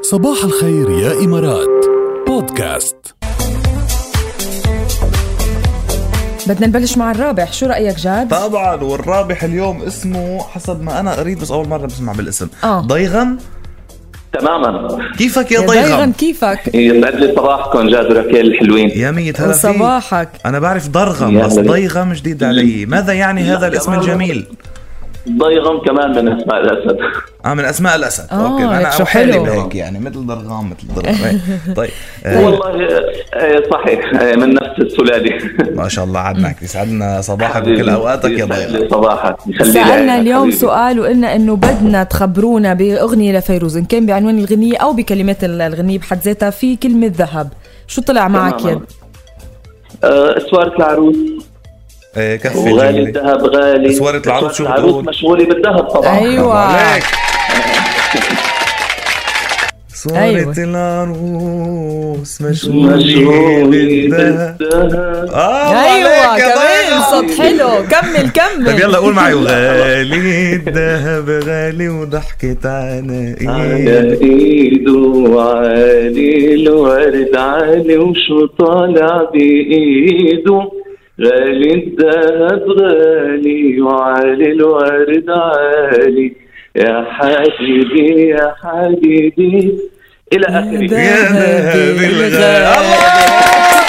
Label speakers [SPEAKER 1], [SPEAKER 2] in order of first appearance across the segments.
[SPEAKER 1] صباح الخير يا إمارات بودكاست
[SPEAKER 2] بدنا نبلش مع الرابح شو رأيك جاد؟
[SPEAKER 3] طبعا والرابح اليوم اسمه حسب ما انا قريت بس اول مره بسمع بالاسم
[SPEAKER 2] آه.
[SPEAKER 3] ضيغم
[SPEAKER 4] تماما
[SPEAKER 3] كيفك يا
[SPEAKER 2] ضيغم
[SPEAKER 3] ضيغم
[SPEAKER 2] كيفك؟
[SPEAKER 4] يسعد لي صباحكم إيه، جاد وركيل الحلوين
[SPEAKER 3] يا مية هلا فيك
[SPEAKER 2] صباحك
[SPEAKER 3] انا بعرف ضرغم
[SPEAKER 4] يا
[SPEAKER 3] بس
[SPEAKER 4] هلا بيك.
[SPEAKER 3] ضيغم جديد علي ماذا يعني هذا الاسم الجميل
[SPEAKER 4] ضيغم كمان من اسماء الاسد
[SPEAKER 3] اه من اسماء الاسد
[SPEAKER 2] آه،
[SPEAKER 3] اوكي
[SPEAKER 2] لك
[SPEAKER 3] انا
[SPEAKER 2] شو
[SPEAKER 3] أوحالي
[SPEAKER 2] حلو.
[SPEAKER 3] بهيك يعني مثل ضرغام مثل ضرغام طيب آه،
[SPEAKER 4] والله آه، صحيح آه، من نفس السلاله
[SPEAKER 3] ما شاء الله عنك يسعدنا صباحك
[SPEAKER 4] حبيبي،
[SPEAKER 3] بكل اوقاتك يا
[SPEAKER 4] يسعد
[SPEAKER 3] ضيغم
[SPEAKER 4] لي صباحك يخلي لي
[SPEAKER 2] سألنا
[SPEAKER 4] عينك
[SPEAKER 2] اليوم
[SPEAKER 4] حبيبي.
[SPEAKER 2] سؤال وقلنا انه بدنا تخبرونا باغنية لفيروز ان كان بعنوان الغنية او بكلمات ال- الغنية بحد ذاتها في كلمة ذهب شو طلع معك
[SPEAKER 4] تماماً.
[SPEAKER 2] يا
[SPEAKER 4] آه، اسوارة العروس
[SPEAKER 3] آه، كفي
[SPEAKER 4] وغالي
[SPEAKER 3] الجملة.
[SPEAKER 4] الذهب غالي
[SPEAKER 3] أسوارة العروس شو بتقول؟
[SPEAKER 4] العروس مشغولة بالذهب طبعا
[SPEAKER 2] أيوة.
[SPEAKER 3] عليك. صورة
[SPEAKER 2] أيوة.
[SPEAKER 3] العروس مشغولة
[SPEAKER 4] مشغولة
[SPEAKER 3] بالذهب
[SPEAKER 4] بالذهب
[SPEAKER 3] اه
[SPEAKER 2] ايوه
[SPEAKER 3] عليك يا
[SPEAKER 2] كمان
[SPEAKER 3] ضيغم.
[SPEAKER 2] صوت حلو كمل
[SPEAKER 3] طب
[SPEAKER 2] كمل
[SPEAKER 3] طيب، يلا قول معي غالي الذهب غالي وضحكت
[SPEAKER 4] على
[SPEAKER 3] عناقيد
[SPEAKER 4] ايده عالي الورد عالي وشو طالع بايده غالي الذهب غالي وعالي الورد عالي يا حبيبي يا حبيبي الى اخره
[SPEAKER 3] يا ذهبي الغالي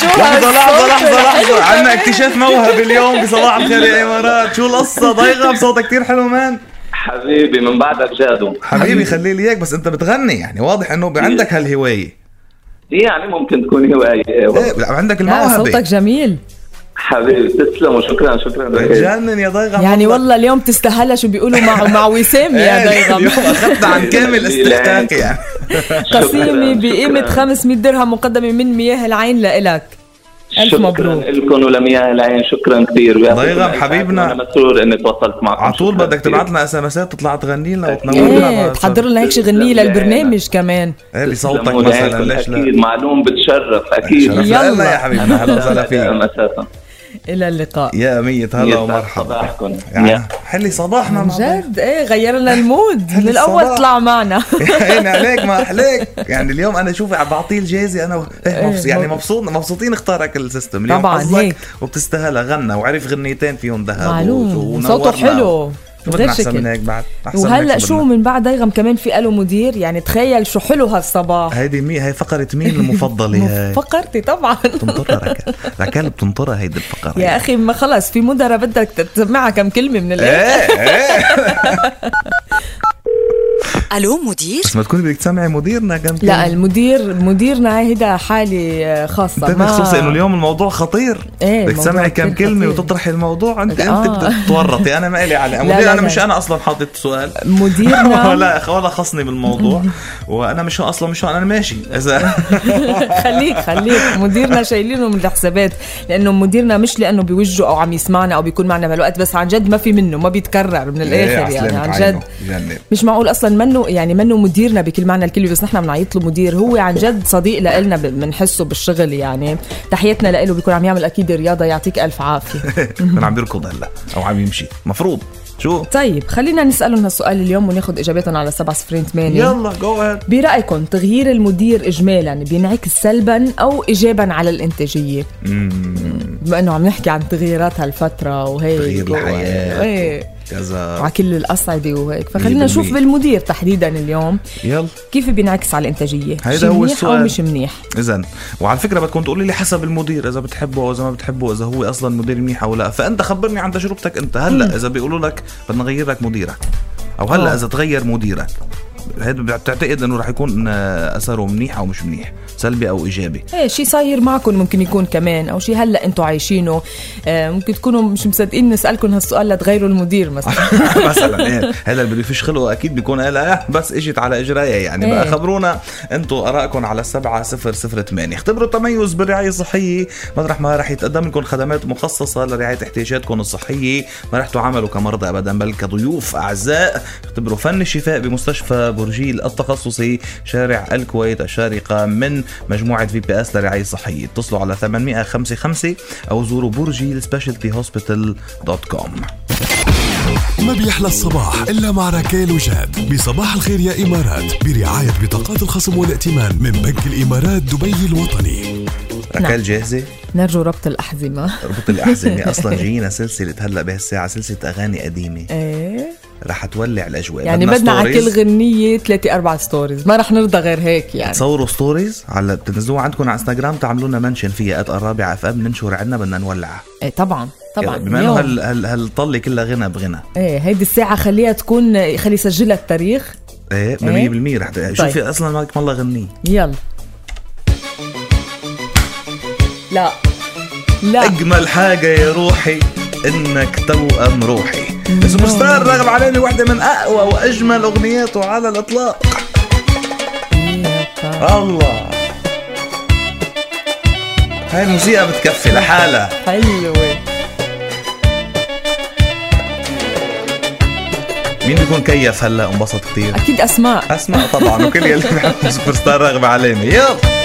[SPEAKER 2] شو
[SPEAKER 3] لحظة لحظة
[SPEAKER 2] هالصوت
[SPEAKER 3] لحظة
[SPEAKER 2] الحلو
[SPEAKER 3] لحظة عنا
[SPEAKER 2] كمان؟
[SPEAKER 3] اكتشاف موهب اليوم بصباح الخير يا امارات شو القصة ضيغم صوتك كتير حلو مان
[SPEAKER 4] حبيبي من بعدك جادو
[SPEAKER 3] حبيبي خلي لي اياك بس انت بتغني يعني واضح انه عندك هالهواية
[SPEAKER 4] يعني ممكن تكون هوايه والله.
[SPEAKER 3] ايه عندك
[SPEAKER 2] لا صوتك
[SPEAKER 3] الموهبة
[SPEAKER 2] جميل
[SPEAKER 4] حبيبي تسلم وشكرا شكرا
[SPEAKER 3] بتجنن يا ضيغم
[SPEAKER 2] يعني والله اليوم تستاهلها شو بيقولوا مع مع وسام يا
[SPEAKER 3] اليوم
[SPEAKER 2] ضيغم
[SPEAKER 3] اخذت إيه، عن كامل استحقاقي يعني
[SPEAKER 2] قسيمة بقيمة
[SPEAKER 4] خمسة
[SPEAKER 2] 500 درهم مقدمة من مياه العين لإلك ألف مبروك.
[SPEAKER 4] شكرا لكم ولمياه العين شكرا كثير ويعطيكم
[SPEAKER 3] ضيغم
[SPEAKER 4] العافية.
[SPEAKER 3] حبيبنا.
[SPEAKER 4] انا مسرور اني تواصلت معكم
[SPEAKER 3] على طول
[SPEAKER 4] شكراً
[SPEAKER 3] بدك
[SPEAKER 4] كثير.
[SPEAKER 3] تبعت لنا اس ام اسات تطلع تغني لنا وتنورنا
[SPEAKER 2] ايه
[SPEAKER 3] بس.
[SPEAKER 2] تحضر لنا هيك شي غنية للبرنامج كمان
[SPEAKER 3] ايه بصوتك
[SPEAKER 4] تسلموا
[SPEAKER 3] مثلا
[SPEAKER 4] لعينكم.
[SPEAKER 3] ليش
[SPEAKER 4] اكيد
[SPEAKER 3] لا
[SPEAKER 4] معلوم بتشرف اكيد
[SPEAKER 3] شرف
[SPEAKER 2] يلا.
[SPEAKER 3] لنا يا حبيبنا اهلا وسهلا فيك
[SPEAKER 4] اساسا
[SPEAKER 2] إلى اللقاء
[SPEAKER 3] يا أمية هلا ومرحبا
[SPEAKER 4] صباحكم
[SPEAKER 3] يعني حلي صباحنا مع بعض.
[SPEAKER 2] جد ايه غير لنا المود من
[SPEAKER 3] الصباح.
[SPEAKER 2] الأول طلع معنا
[SPEAKER 3] يعني عليك ما احليك يعني اليوم انا شوف بعطيه الجايزه انا و- إيه مبسوط يعني
[SPEAKER 2] مبسوط.
[SPEAKER 3] مبسوط مبسوطين اختارك السيستم اليوم
[SPEAKER 2] طبعاً،
[SPEAKER 3] حظك
[SPEAKER 2] هيك.
[SPEAKER 3] وبتستاهلها غنى وعرف غنيتين فيهم ذهب
[SPEAKER 2] معلوم
[SPEAKER 3] وز-
[SPEAKER 2] صوته
[SPEAKER 3] ونورنا.
[SPEAKER 2] حلو
[SPEAKER 3] شو بدنا
[SPEAKER 2] غير
[SPEAKER 3] احسن من
[SPEAKER 2] شكل
[SPEAKER 3] هيك بعد احسن من هيك
[SPEAKER 2] وهلا
[SPEAKER 3] شو
[SPEAKER 2] شو
[SPEAKER 3] بدنا؟
[SPEAKER 2] من بعد ضيغم كمان في الو مدير يعني تخيل شو حلو هالصباح
[SPEAKER 3] هيدي مي هي فقره مين المفضله هاي
[SPEAKER 2] فقرتي طبعا
[SPEAKER 3] بتنطرها ركال ركال بتنطرها هيدي الفقره
[SPEAKER 2] يا اخي ما خلص في مدراء بدك تسمعها كم كلمه من اللي
[SPEAKER 3] ايه ايه
[SPEAKER 5] الو مدير
[SPEAKER 3] بس ما تكوني بدك تسمعي مديرنا كم
[SPEAKER 2] لا المدير مديرنا هيدا حالي خاصه
[SPEAKER 3] انتبه خصوصي انه اليوم الموضوع خطير
[SPEAKER 2] إيه،
[SPEAKER 3] بدك
[SPEAKER 2] الموضوع
[SPEAKER 3] تسمعي كم
[SPEAKER 2] كتير
[SPEAKER 3] كلمه
[SPEAKER 2] خطير.
[SPEAKER 3] وتطرحي الموضوع انت
[SPEAKER 2] آه.
[SPEAKER 3] انت بدك تورطي انا ما الي على
[SPEAKER 2] لا،
[SPEAKER 3] مدير
[SPEAKER 2] لا،
[SPEAKER 3] انا
[SPEAKER 2] لا.
[SPEAKER 3] مش انا اصلا حاطط سؤال
[SPEAKER 2] مديرنا
[SPEAKER 3] ولا ولا خصني بالموضوع وانا مش اصلا مش انا ماشي اذا
[SPEAKER 2] خليك خليك مديرنا شايلينه من الحسابات لانه مديرنا مش لانه بيوجه او عم يسمعنا او بيكون معنا بهالوقت بس عن جد ما في منه ما بيتكرر من
[SPEAKER 3] إيه،
[SPEAKER 2] الاخر يعني عن جد مش معقول اصلا منه يعني منه مديرنا بكل معنى الكلمه بس نحن بنعيط له مدير هو عن جد صديق لنا بنحسه بالشغل يعني تحياتنا له بيكون عم يعمل اكيد رياضه يعطيك الف عافيه
[SPEAKER 3] من عم بيركض هلا او عم يمشي مفروض شو
[SPEAKER 2] طيب خلينا نسالهم هالسؤال اليوم وناخذ اجاباتهم على 708
[SPEAKER 3] يلا جو اهيد
[SPEAKER 2] برأيكم تغيير المدير إجمالا بينعكس سلبا أو إيجابا على الإنتاجية؟ بما إنه عم نحكي عن تغييرات هالفترة وهيك
[SPEAKER 3] تغيير
[SPEAKER 2] و-
[SPEAKER 3] الحياة.
[SPEAKER 2] إيه
[SPEAKER 3] كذا
[SPEAKER 2] على كل الأصعدة وهيك
[SPEAKER 3] مية
[SPEAKER 2] فخلينا نشوف
[SPEAKER 3] بالمية.
[SPEAKER 2] بالمدير تحديدا اليوم
[SPEAKER 3] يلا
[SPEAKER 2] كيف بينعكس على الإنتاجية؟
[SPEAKER 3] هيدا
[SPEAKER 2] شي
[SPEAKER 3] هو
[SPEAKER 2] منيح
[SPEAKER 3] السؤال.
[SPEAKER 2] أو مش منيح؟
[SPEAKER 3] اذا وعلى فكره بدكم تقولي لي حسب المدير اذا بتحبه او اذا ما بتحبه اذا هو اصلا مدير منيح او لا فانت خبرني عن تجربتك انت هلا اذا بيقولوا لك بدنا نغير لك مديرك او هلا
[SPEAKER 2] آه.
[SPEAKER 3] اذا تغير مديرك هيدا بتعتقد انه رح يكون آه، اثره منيح او مش منيح سلبي او ايجابي
[SPEAKER 2] ايه شي صاير معكم ممكن يكون كمان او شي هلا انتم عايشينه آه ممكن تكونوا مش مصدقين نسالكم هالسؤال لتغيروا المدير مثلا
[SPEAKER 3] مثلا ايه هذا اللي بده يفش خلقه اكيد بيكون قال اه بس اجت على اجريها يعني بقى
[SPEAKER 2] إيه.
[SPEAKER 3] خبرونا انتم ارائكم على 7008 اختبروا التميز بالرعايه الصحيه مطرح ما رح يتقدم لكم خدمات مخصصه لرعايه احتياجاتكم الصحيه ما رح تعاملوا كمرضى ابدا بل كضيوف اعزاء اختبروا فن الشفاء بمستشفى برجيل التخصصي شارع الكويت الشارقه من مجموعه في بي اس للرعايه الصحيه اتصلوا على 855 او زوروا برجيل سبيشالتي هوسبيتال دوت كوم
[SPEAKER 1] ما بيحلى الصباح إلا مع ركيل وجاد بصباح الخير يا إمارات برعاية بطاقات الخصم والائتمان من بنك الإمارات دبي الوطني
[SPEAKER 3] ركال جاهزه
[SPEAKER 2] نرجو ربط الأحزمة
[SPEAKER 3] ربط الأحزمة أصلا جايينا سلسلة هلا بهالساعة سلسلة أغاني قديمة
[SPEAKER 2] ايه
[SPEAKER 3] رح تولع الأجواء
[SPEAKER 2] يعني بدنا على كل
[SPEAKER 3] ستوريز.
[SPEAKER 2] غنية ثلاثة أربع ستوريز ما رح نرضى غير هيك يعني
[SPEAKER 3] تصوروا ستوريز على بتنزلوها عندكم على انستغرام تعملوا لنا منشن فيها قد الرابع اف ام ننشر عنا بدنا نولع
[SPEAKER 2] ايه طبعا طبعا
[SPEAKER 3] يلا، بما انه
[SPEAKER 2] اليوم.
[SPEAKER 3] هال هال هالطله كلها غنى بغنى
[SPEAKER 2] ايه هيدي الساعة خليها تكون خلي سجلها التاريخ
[SPEAKER 3] ايه
[SPEAKER 2] إيه؟
[SPEAKER 3] 100% رح ت- شوفي اصلا مالك والله غنيه
[SPEAKER 2] يلا لا لا
[SPEAKER 3] اجمل حاجه يا روحي انك توأم روحي سوبر ستار رغم عليني واحده من اقوى واجمل اغنياته على الاطلاق أيوة. الله هاي الموسيقى بتكفي لحالها
[SPEAKER 2] حلوة
[SPEAKER 3] مين بيكون كيف هلا انبسط كثير
[SPEAKER 2] أكيد أسماء
[SPEAKER 3] اسمع طبعا وكل يلي بيحبوا سوبر ستار رغم عليني يلا